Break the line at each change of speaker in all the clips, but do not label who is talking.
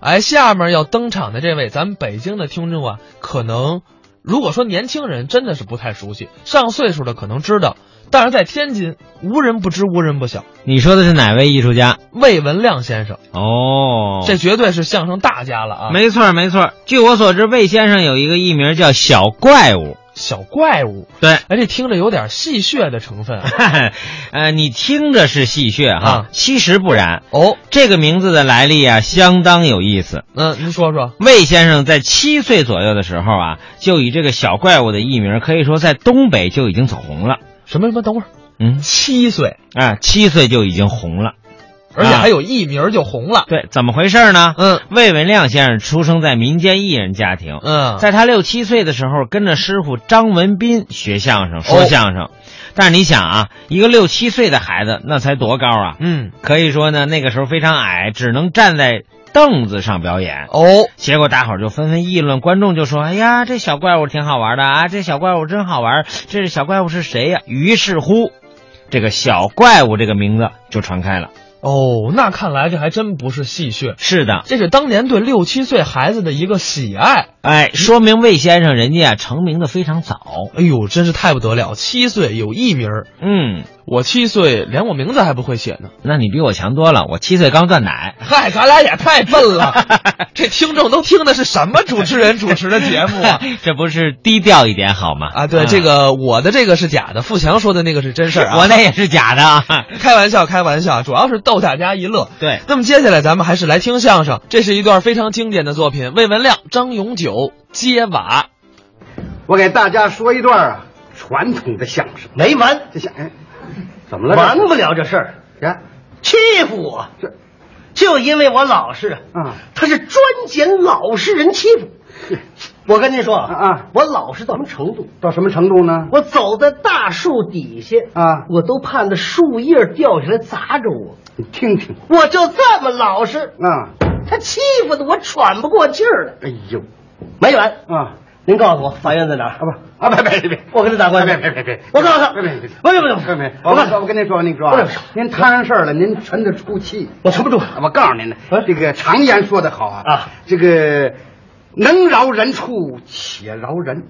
哎，下面要登场的这位，咱们北京的听众啊，可能如果说年轻人真的是不太熟悉，上岁数的可能知道，但是在天津无人不知，无人不晓。
你说的是哪位艺术家？
魏文亮先生，
哦，
这绝对是相声大家了啊！
没错儿没错儿。据我所知，魏先生有一个艺名叫小怪物。
小怪物，
对，
哎，这听着有点戏谑的成分啊。
呃，你听着是戏谑哈，
啊
其实不然。
哦，
这个名字的来历啊，相当有意思。
嗯、您说说，
魏先生在七岁左右的时候啊，就以这个小怪物的艺名，可以说在东北就已经走红了。
什么什么？等会儿，
嗯，
七岁，
啊，七岁就已经红了。
而且
啊
还有艺名儿就红了。
对，怎么回事呢？
嗯
魏文亮先生出生在民间艺人家庭，
嗯，
在他六七岁的时候，跟着师傅张文斌学相声、说
哦
相声。但是你想啊，一个六七岁的孩子，那才多高啊？
嗯
可以说呢，那个时候非常矮，只能站在凳子上表演。
哦，
结果大伙儿就纷纷议论，观众就说：“哎呀，这小怪物挺好玩的啊，这小怪物真好玩，这小怪物是谁呀、于是乎，这个小怪物这个名字就传开了。
哦，那看来这还真不是戏谑，
是的，
这是当年对六七岁孩子的一个喜爱。
哎，说明魏先生人家啊成名的非常早。
哎呦，真是太不得了！七岁有艺名儿，
嗯，
我七岁连我名字还不会写呢。
那你比我强多了，我七岁刚断奶。
嗨，咱俩也太笨 了，这听众都听的是什么主持人主持的节目啊？
这不是低调一点好吗？ 嗯
啊，对，这个我的这个是假的，富强说的那个是真事儿啊。
我那也是假的啊。
开玩笑，开玩笑，主要是逗大家一乐。
对，
那么接下来咱们还是来听相声，这是一段非常经典的作品，魏文亮、张永久接瓦。
我给大家说一段啊，传统的相声。
没完，
这相哎，怎么了？
完不了这事儿，
呀，
欺负我，
这
就因为我老实
啊
他是专捡老实人欺负。我跟您说
啊啊
我老实到什么程度？
到什么程度呢？
我走在大树底下
啊
我都盼着树叶掉下来砸着我。
你听听
我就这么老实，
啊，
他欺负的我喘不过气儿来。
哎呦
没完，
啊
您告诉我法院在哪儿？
啊不啊别别别别，
我跟他打官司。
别别别别，
我告诉他，
别别别别
不是不是
别别，
我
我
告
跟
诉
我
他，
跟您说，您说
不
啊
是不是，
您摊上事儿了，您沉得出气。
我沉不住。
我告诉您呢
啊，
这个常言说得好啊，
啊
这个能饶人处且饶人，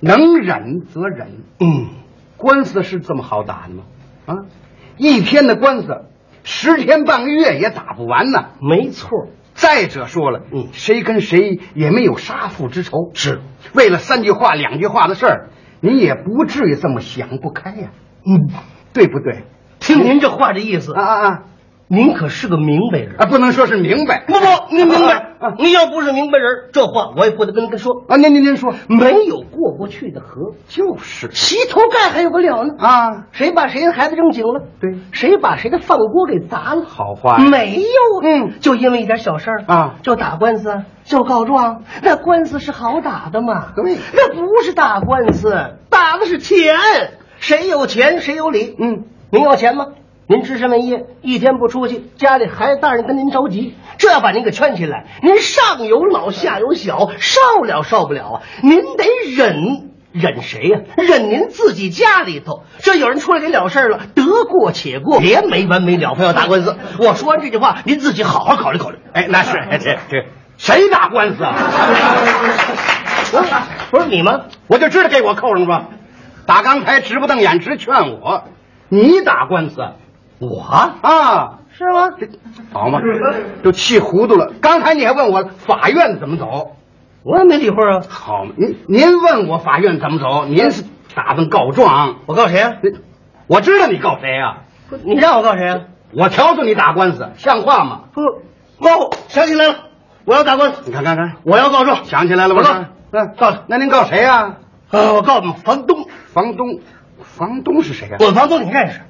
能忍则忍。
嗯，
官司是这么好打的吗？啊，一天的官司，十天半个月也打不完呢。
没错儿。
再者说了，
嗯
谁跟谁也没有杀父之仇，是为了三句话、两句话的事儿，你也不至于这么想不开呀、
嗯，
对不对？
听您这话这意思
啊，啊啊
您可是个明白人。
啊！不能说是明白，
不不，您明白
啊啊，
您要不是明白人，这话我也不得跟他说。
啊！您您您说，
没有过不去的河，
就是
洗头盖还有个了呢！
啊，
谁把谁的孩子扔井了？
对
谁把谁的饭锅给砸了？
好话呀
没有，
嗯
就因为一点小事儿
啊
就打官司，就告状，那官司是好打的嘛？
对
那不是打官司，打的是钱，谁有钱谁有理。
嗯，
您要钱吗？您只身文业，一天不出去，家里孩子大人跟您着急，这要把您给圈起来，您上有老下有小，少了少不了啊！您得忍，忍谁呀、忍您自己家里头。这有人出来给了事儿了，得过且过，别没完没了，非要打官司。我说完这句话，您自己好好考虑考虑。
哎，那是哎这这谁打官司啊？
啊 不是你吗？
我就知道给我扣上吧。打刚才直不瞪眼直劝我，你打官司
我
啊？
是吗？
好嘛，都气糊涂了。刚才你还问我法院怎么走，
我也没理会啊。
好嘛，您您问我法院怎么走，您是打算告状？
我告谁啊？
您我知道你告谁啊？
不是你让我告谁啊？
我调唆你打官司，像话吗？
不，哦，想起来了，我要打官司，
你看看看，
我要告状。
想起来了吧？
我告
嗯，
告了
那您告谁啊？
呃，我告诉你，房东，
房东，房东是谁啊？
我房东你认识，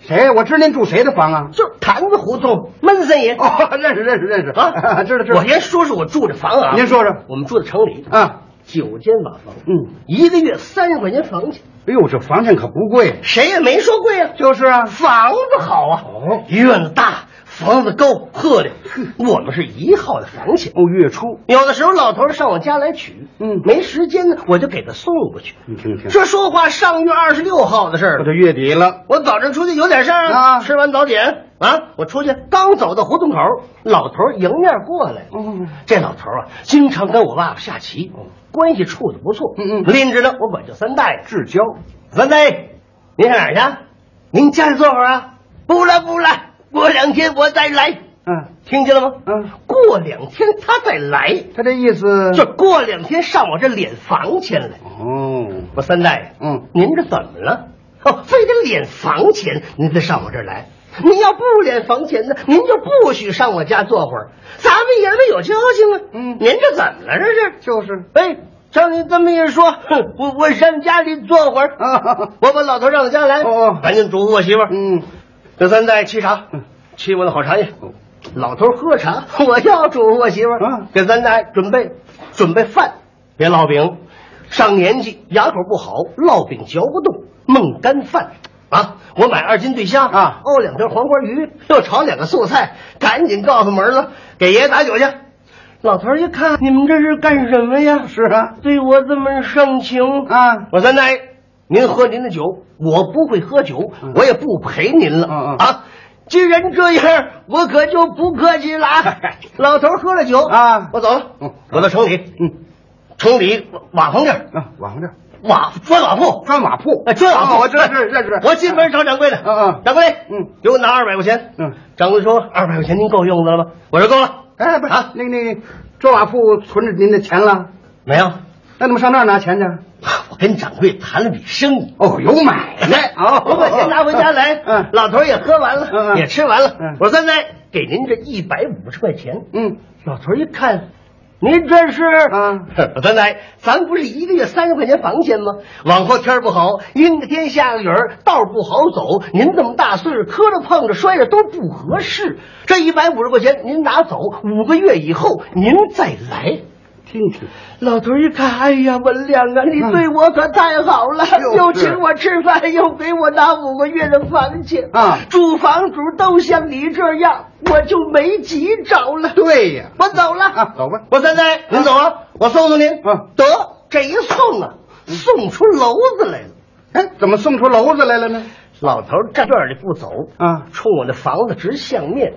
谁？我知道您住谁的房啊？
就是坛子胡同闷森 爷
哦，认识认识认识
啊，
知道知道。
我先说说我住的房啊，
您说说
我们住在城里，
啊，
九间瓦房，
嗯，
一个月三十块钱房钱，
哎呦，这房钱可不贵，
谁也没说贵啊，
就是啊，
房子好啊，
哦
院子大，房子高，鹤亮， 我们是一号的房钱。
哦，月初，
有的时候老头儿上我家来取，
嗯
没时间呢，我就给他送过去。
你听听，
这说话上月二十六号的事儿
我
了
这，月底了。
我早晨出去有点事儿
啊
吃完早点啊！我出去刚走到胡同口，老头儿迎面过来。
嗯
这老头儿啊，经常跟我爸爸下棋，关系处的不错。
嗯嗯
拎着呢，我管叫三大爷。
至交，
三大爷，您上哪儿去？啊您家里坐会儿啊？不来不来，过两天我再来。
嗯，
听见了吗？
嗯，
过两天他再来，
他这意思
就过两天上我这脸房前来。
哦，
我三大爷，
嗯，
您这怎么了？哦，非得脸房前您再上我这儿来。您要不脸房前呢，您就不许上我家坐会儿。咱们爷们有交情啊。
嗯
您这怎么了？这是？
就是
哎，照您这么一说，哼，我我上家里坐会儿。
啊
我把老头让到家来。
哦哦
赶紧嘱咐我媳妇儿。
嗯，
这三代沏茶，沏我的好茶叶。老头喝茶， 我要嘱咐我媳妇儿，
嗯
给三代准备准备饭，别烙饼。上年纪牙口不好，烙饼嚼不动，焖干饭。啊！我买二斤对虾
啊
熬两条黄花鱼，又炒两个素菜，赶紧告诉门了，给爷爷打酒去。老头儿一看，你们这是干什么呀？
是啊，
对我这么盛情
啊
我三大爷，您喝您的酒，我不会喝酒，
嗯
我也不陪您了、
嗯嗯
啊。既然这样，我可就不客气 了啊。老头喝了酒
啊
我走了，
嗯
我到城里，
嗯，
城里瓦房店，
啊，往这儿
瓦砖瓦铺，
砖瓦铺
哎，砖瓦铺，
啊我知道是 认识
我进门找掌柜的，
嗯嗯
掌柜，
嗯，
给我拿二百块钱。
嗯，
掌柜说二百块钱您够用的了吗？我说够了。
哎，不是
啊，
那个那个砖瓦铺存着您的钱了，
没有，
那你们上那儿拿钱去？啊
我跟掌柜谈了笔生意。
哦，有 买卖
来，我把钱拿回家来。
嗯
老头儿也喝完了，
嗯嗯
也吃完了。
嗯
我说三奶，给您这一百五十块钱。
嗯，
老头儿一看，您这是
啊
我说三奶，咱不是一个月三十块钱房钱吗？往后天儿不好，阴个天下个雨儿，道儿不好走。您这么大岁数，磕着碰着摔着都不合适。这一百五十块钱您拿走，五个月以后您再来。
听听，
老头一看，哎呀，文亮啊，你
嗯
对我可太好了，
就是
又请我吃饭，又给我拿五个月的房钱
啊
嗯住房主都像你这样，我就没急着了。
对呀，
我走了，
啊走吧
我三奶，您走啊，我送送您。
嗯
得这一送啊，送出楼子来了。
哎，怎么送出楼子来了呢？
老头站院里不走
啊
冲我那房子直向面。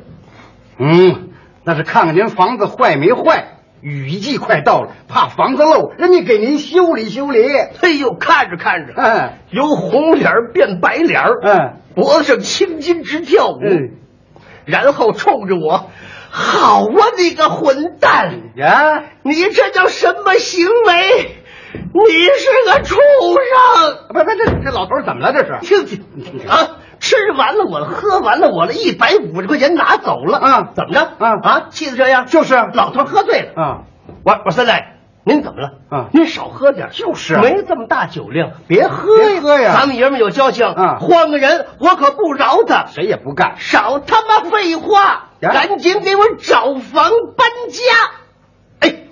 嗯，那是看看您房子坏没坏。雨季快到了，怕房子漏，人家给您修理修理。
哎呦，看着看着，
嗯
由红脸儿变白脸儿
嗯，
脖子上青筋直跳舞，
嗯
然后冲着我，好啊，你个混蛋，
呀，
你这叫什么行为？你是个畜生！
不不，这这老头儿怎么了？这是
听听啊，吃完了我了，喝完了我了，一百五十块钱拿走了
啊
怎么着？
啊
啊，气得这样，
就是
老头儿喝醉了
啊，
我我三奶，您怎么了？
啊
您少喝点儿，就是
啊
没这么大酒量，别喝
别喝呀
咱们爷们儿有交情，
啊
换个人我可不饶他，
谁也不干。
少他妈废话，
呀
赶紧给我找房搬家。哎，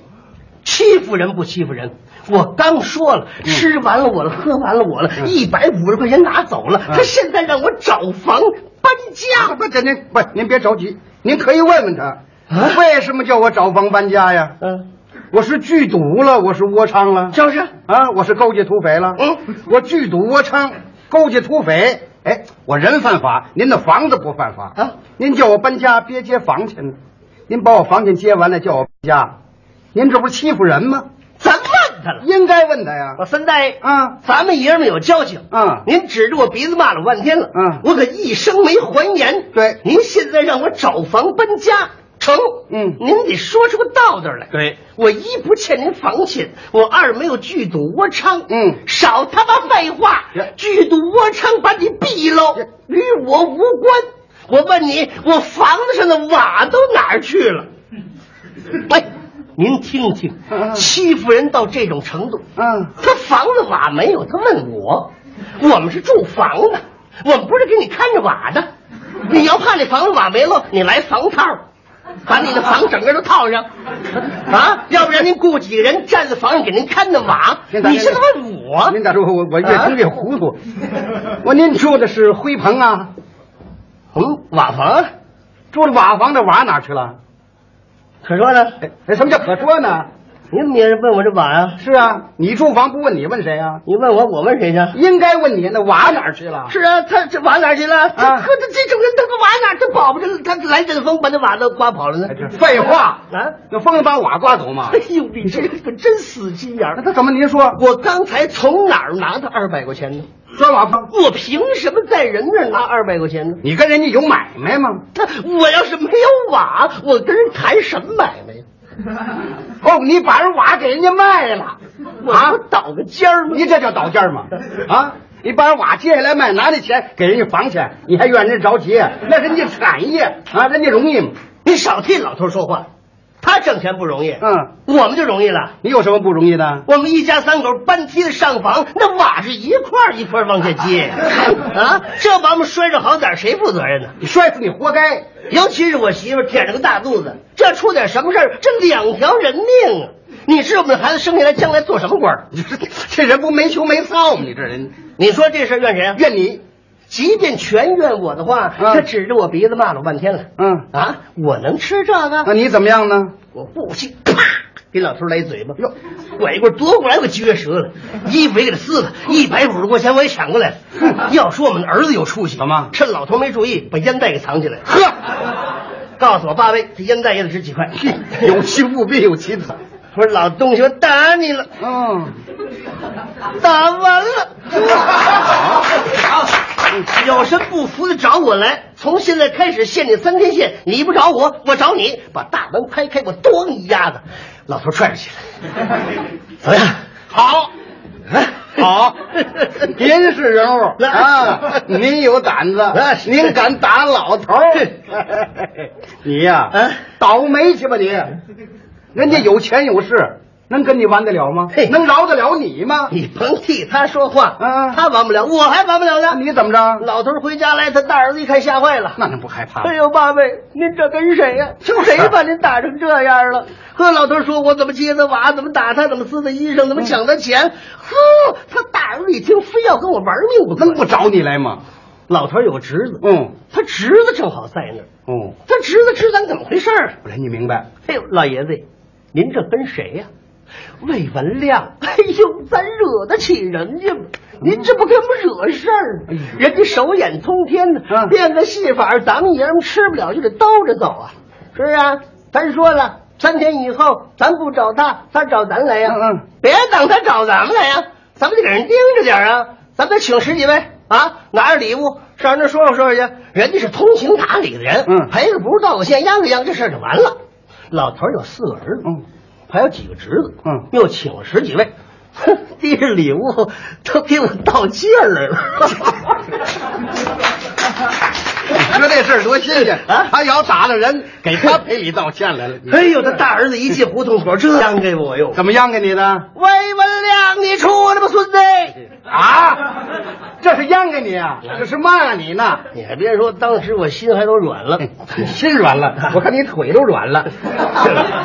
欺负人不欺负人？我刚说了，吃完了我了，喝完了我了，
嗯
一百五十块钱拿走了，
嗯
他现在让我找房搬家。
不，这您不，您别着急，您可以问问他，
啊
为什么叫我找房搬家呀？
嗯，
我是剧毒了，我是窝娼了，
就是
啊，我是勾结土匪了。
嗯，
我剧毒窝娼，勾结土匪。哎，我人犯法，您的房子不犯法
啊？
您叫我搬家，别接房钱呢。您把我房钱接完了，叫我搬家，您这不是欺负人吗？
咱问他了。
应该问他呀
我。三大爷
啊
咱们爷们儿有交情
啊
您指着我鼻子骂了半天了，
嗯
我可一声没还言。
对
您现在让我找房搬家，成，
嗯
您得说出个道道来。
对，
我一不欠您房钱，我二没有剧赌窝娼，
嗯
少他妈废话
呀，
剧赌窝娼把你毙喽
呀，
与我无关。我问你，我房子上的瓦都哪儿 去了？哎，您听听
嗯嗯，
欺负人到这种程度，
嗯，
他房子瓦没有，他问我，我们是住房的，我们不是给你看着瓦的。你要怕你房子瓦没了，你来防套，把你的房整个都套上，啊，要不然您雇几个人站在房上给您看着瓦，
您打
你是他妈我
您咋说？我我越
啊
听越糊涂。 我您住的是灰棚啊？
我们瓦房，
住的瓦房的瓦哪去了？哎
可说呢，
哎，什么叫可说呢？
您也是问我这娃呀、
是啊，你住房不问你问谁啊？
你问我，我问谁去？
应该问你，那娃哪儿去了？
是啊，他这往哪儿去了？
啊
他可这这种人，他他往哪儿？他跑不着，他来阵风把那瓦都刮跑了呢
哎。这废话
啊！
那风能把瓦刮走吗
哎？呦，你这可真死心眼
那
儿！
他怎么您说？
我刚才从哪儿拿的二百块钱呢？
砖瓦房，
我凭什么在人那儿拿二百块钱呢？
你跟人家有买卖吗？
他我要是没有瓦，我跟人谈什么买卖呀？
哦，你把人瓦给人家卖了，啊
我不倒个尖儿吗？
你这叫倒价 吗？啊，你把人瓦接下来卖，拿那钱给人家房钱，你还怨人着急？啊那人家产业啊，人家容易吗？
你少替老头说话，他挣钱不容易，
嗯，
我们就容易了。
你有什么不容易的？
我们一家三口搬梯子上房，那瓦是一块儿一块儿往下接呀，啊，这把我们摔着好点儿，谁负责任呢？
你摔死你活该！
尤其是我媳妇儿舔着个大肚子，这出点什么事儿，这两条人命啊！你知道我们孩子生下来将来做什么官儿？
你这这人不没羞没臊吗？你这人
你说这事儿怨谁啊？
怨你，
即便全怨我的话，
嗯
他指着我鼻子骂了我半天了。
嗯，
啊，我能吃这
那
个？
你怎么样呢？
我不信，啪，给老头儿来一嘴巴，哟，拐棍儿夺过来，我撅折了，衣服也给他撕了，一百五十块钱我也抢过来了。要说我们儿子有出息，
怎么
趁老头儿没注意，把烟袋给藏起来了。
呵，
告诉我八位，这烟袋也得值几块。
有其父必有其子。
我说老东西，我打你了，
嗯，
打完了。有什么不服的找我来，从现在开始限你三天线，你不找我，我找你。把大门拍开，我咣一丫子，老头踹出去了。怎么样？啊
好， 好，您是人物
那
啊，您有胆子
那，是
您敢打老头 儿？你呀
嗯，
倒霉去吧 你！人家有钱有势，能跟你玩得了吗
嘿？
能饶得了你吗？
你甭替他说话，
嗯
他完不了，我还完不了
那
呢。
你怎么着？
老头回家来，他大儿子一看吓坏了。
那能不害怕吗
哎？呦，八位，您这跟谁 呀、是谁把您打成这样了？呵，老头说，我怎么接的娃，怎么打他，怎么撕他衣裳，怎么抢他钱？呵，他大儿子一听，非要跟我玩命不
能
可。
不找你来吗？
老头有个侄子，
嗯，
他侄子正好在那儿，
哦，
他侄子知咱怎么回事儿。
我说你明白，
哎呦，老爷子，您这跟谁呀、魏文亮，哎呦，咱惹得起人家吗？您这不给我们惹事儿
哎
吗？人家手眼通天呢，
嗯
变个戏法儿，咱们爷们吃不了就得兜着走啊，是不是啊？咱说了，三天以后咱不找他，他找咱来呀、
嗯嗯
别等他找咱们来呀、咱们得给人盯着点儿啊，咱们得请十几位啊，拿着礼物上人那说说说去，人家是通情达理的人，
嗯
赔个不是道个歉，央个央，这事儿就完了。老头儿有四个儿子，
嗯，
还有几个侄子，
嗯
又请了十几位，哼，递着礼物都给我道歉来了。
你说这事儿多新鲜
啊
他要打了人，给他赔礼道歉来了。
哎呦，他大儿子一进胡同 口，这样给我哟。
怎么央给你 的？
魏文亮，你出来吧，孙子！
啊，这是央给你啊？这是骂你呢？
你还别说，当时我心还都软了。
你 心软 了，我看你腿都软了。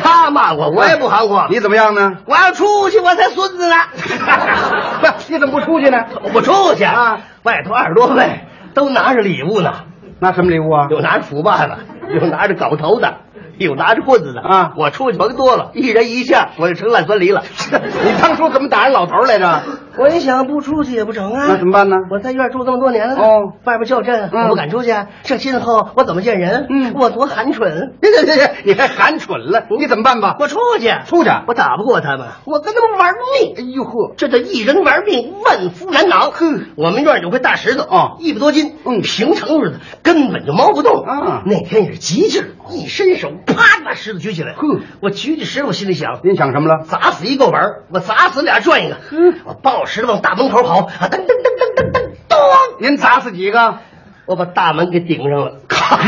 他骂我，我也不含糊。
你怎么样呢？
我要出去，我才孙子呢。
不，你怎么不出去呢？
我出去
啊，
外头二十多位都拿着礼物呢。
拿什么礼物 啊？
有拿着斧把的，有拿着镐头的，有拿着棍子的
啊
我出去甭多了，一人一下，我就成烂酸梨了。
你当初怎么打人老头来着？
我一想不出去也不成啊，
那怎么办呢
我在院住这么多年了，
哦，
外边叫阵，
嗯
我不敢出去啊，这今后我怎么见人？
嗯
我多寒 碜。
这这这，你还喊蠢了？你怎么办吧？
我啊出去，啊
出去。
我打不过他们，我跟他们玩命。
哎呦呵，
这叫一人玩命，万夫难挡。哼，我们院有块大石头
哦
一百多斤。
嗯
平常日子根本就毛不动
啊
那天也是急劲儿，一伸手，啪，把石头举起来。
哼，
我举起石头，我心里想，
您想什么了？
砸死一个玩儿，我砸死俩赚一个。嗯，我抱石头往大门口跑，啊，噔噔噔噔噔噔，咚！
您砸死几个？
我把大门给顶上了。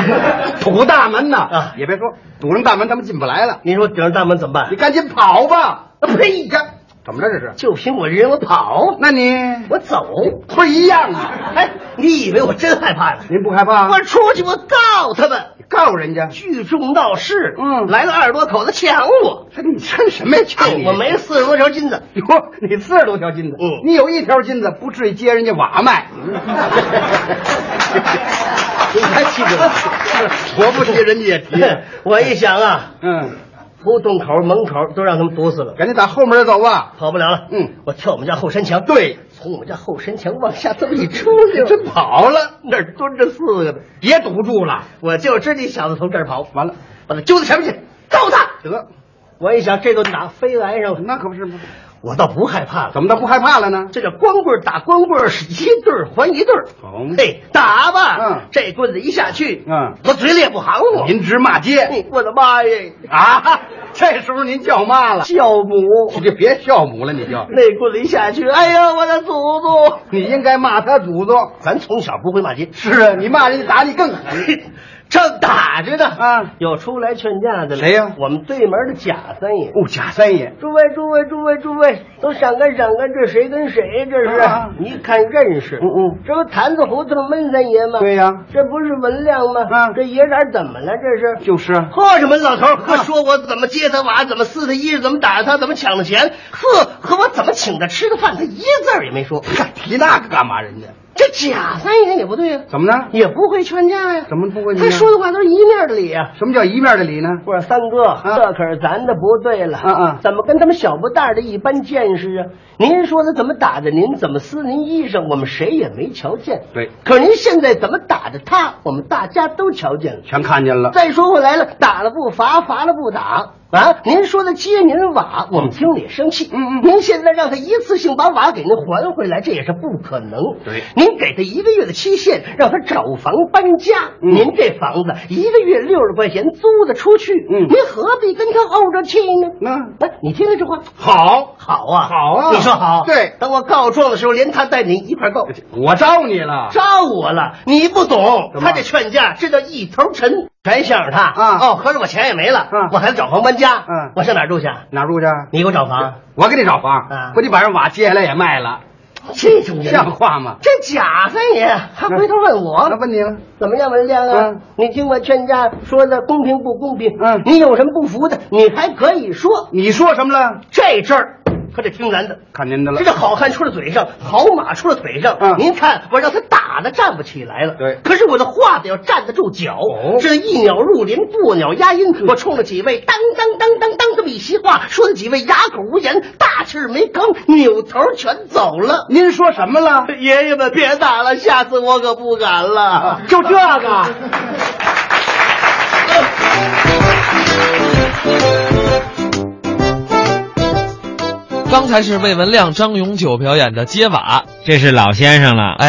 堵大门呐！
啊
也别说堵上大门，他们进不来了。
您说顶上大门怎么办
你？赶紧跑吧！
啊呸！这
怎么着这是？
就凭我这人，我跑，
那你
我走。
不是一样啊？
哎，你以为我真害怕呀？
您不害怕？啊
我出去，我啊告他们。
告人家，
聚众闹事，
嗯
来了二十多口子抢我，
你趁什么呀？抢你
哎我没四十多条金子，
哟，你四十多条金子，
嗯
你有一条金子，不至于接人家瓦 卖。
你还记得我？
我不提，人家也提。
我一想啊，
嗯，
胡同口、门口都让他们堵死了，
赶紧打后门走吧。
跑不了了。
嗯
我跳我们家后山墙，
对，
从我们家后山墙往下这么一出溜，
真跑了，
那儿蹲着四个呢，
也堵住了。
我就知你小子从这儿跑，
完了，
把他揪到前面去，揍他！
得，
我一想，这顿打非来上了，
那可不是吗？
我倒不害怕了。
怎么倒不害怕了呢？
这叫光棍打光棍，是一对儿还一对儿。
哦
嘿，打吧！
嗯
这棍子一下去，
嗯
我嗯嘴里也不含糊。
您直骂街
嘿我的妈耶！
啊！ 这时候您叫妈了，
教母，
你就别孝母了，你就，
那棍子一下去，哎呀，我的祖宗！
你应该骂他祖宗。
咱从小不会骂街，
是啊，你骂人家打你更狠。
正打着呢，
啊
有出来劝架的了
谁呀
我们对门的贾三爷。
哦，贾三 爷，
诸位，诸位，诸位，诸位，都闪开，闪开！这谁跟谁？这是、
啊
你一看认识，
嗯嗯，
这不坛子胡同闷三爷吗？
对呀、
这不是文亮吗？
啊
这爷俩怎么了？这是
就是啊，
喝什么？老头儿，呵，说我怎么接他娃，怎么撕他衣服，怎么打他，怎么抢了钱，呵，和我怎么请他吃的饭，他一个字儿也没说。
嗨提那个干嘛？人家
这贾三爷也不对呀、
怎么呢？
也不会劝架呀、
怎么不会劝架
他说的话都是一面的理呀、啊
什么叫一面的理呢？
我说三哥，这可是咱的不对了。
嗯嗯
怎么跟他们小不大的一般见识啊？您说他怎么打的您，怎么撕您衣裳，我们谁也没瞧见。
对
可是您现在怎么打的他，我们大家都瞧见了。
全看见了。
再说回来了，打了不罚，罚了不打啊！您说的接您瓦，我们听了也生气。
嗯嗯
您现在让他一次性把瓦给您还回来，这也是不可能。
对
您给他一个月的期限，让他找房搬家。
嗯
您这房子一个月六十块钱租的出去，
嗯
您何必跟他怄着气呢？
那
哎，你听听这话，
好，
好啊，
好啊
你说好，
对
等我告状的时候，连他带您一块告，
我招你 了。
招我了，你不懂，
怎么
他这劝架这叫一头沉，啊全向着他
啊
哦，合着我钱也没了，
嗯
我还得找房搬家，
嗯
我上哪儿住去？啊
哪儿住去？啊
你给我找房，
我给你找房，
啊
不，你把人瓦接下来也卖了，
这种人
像话吗？
这贾三爷还回头问我，
那问你了，
怎么样，文亮啊？
嗯
你听我劝架说的公平不公平？
嗯
你有什么不服的，你还可以说。
你说什么了？
这阵儿可得听咱的，
看您的了
这。叫好汉出了嘴上，好马出了腿上。
嗯
您看我让他打的站不起来了，
对
可是我的话得要站得住脚。
哦嗯
这一鸟入林，不鸟压阴。我冲着几位当当当当当这么一席话，说的几位哑口无言，大气儿没吭，扭头全走了。
您说什么了？
爷爷们，别打了，下次我可不敢了。
就这个。
刚才是魏文亮、张永久表演的《揭瓦》。
这是老先生了。
哎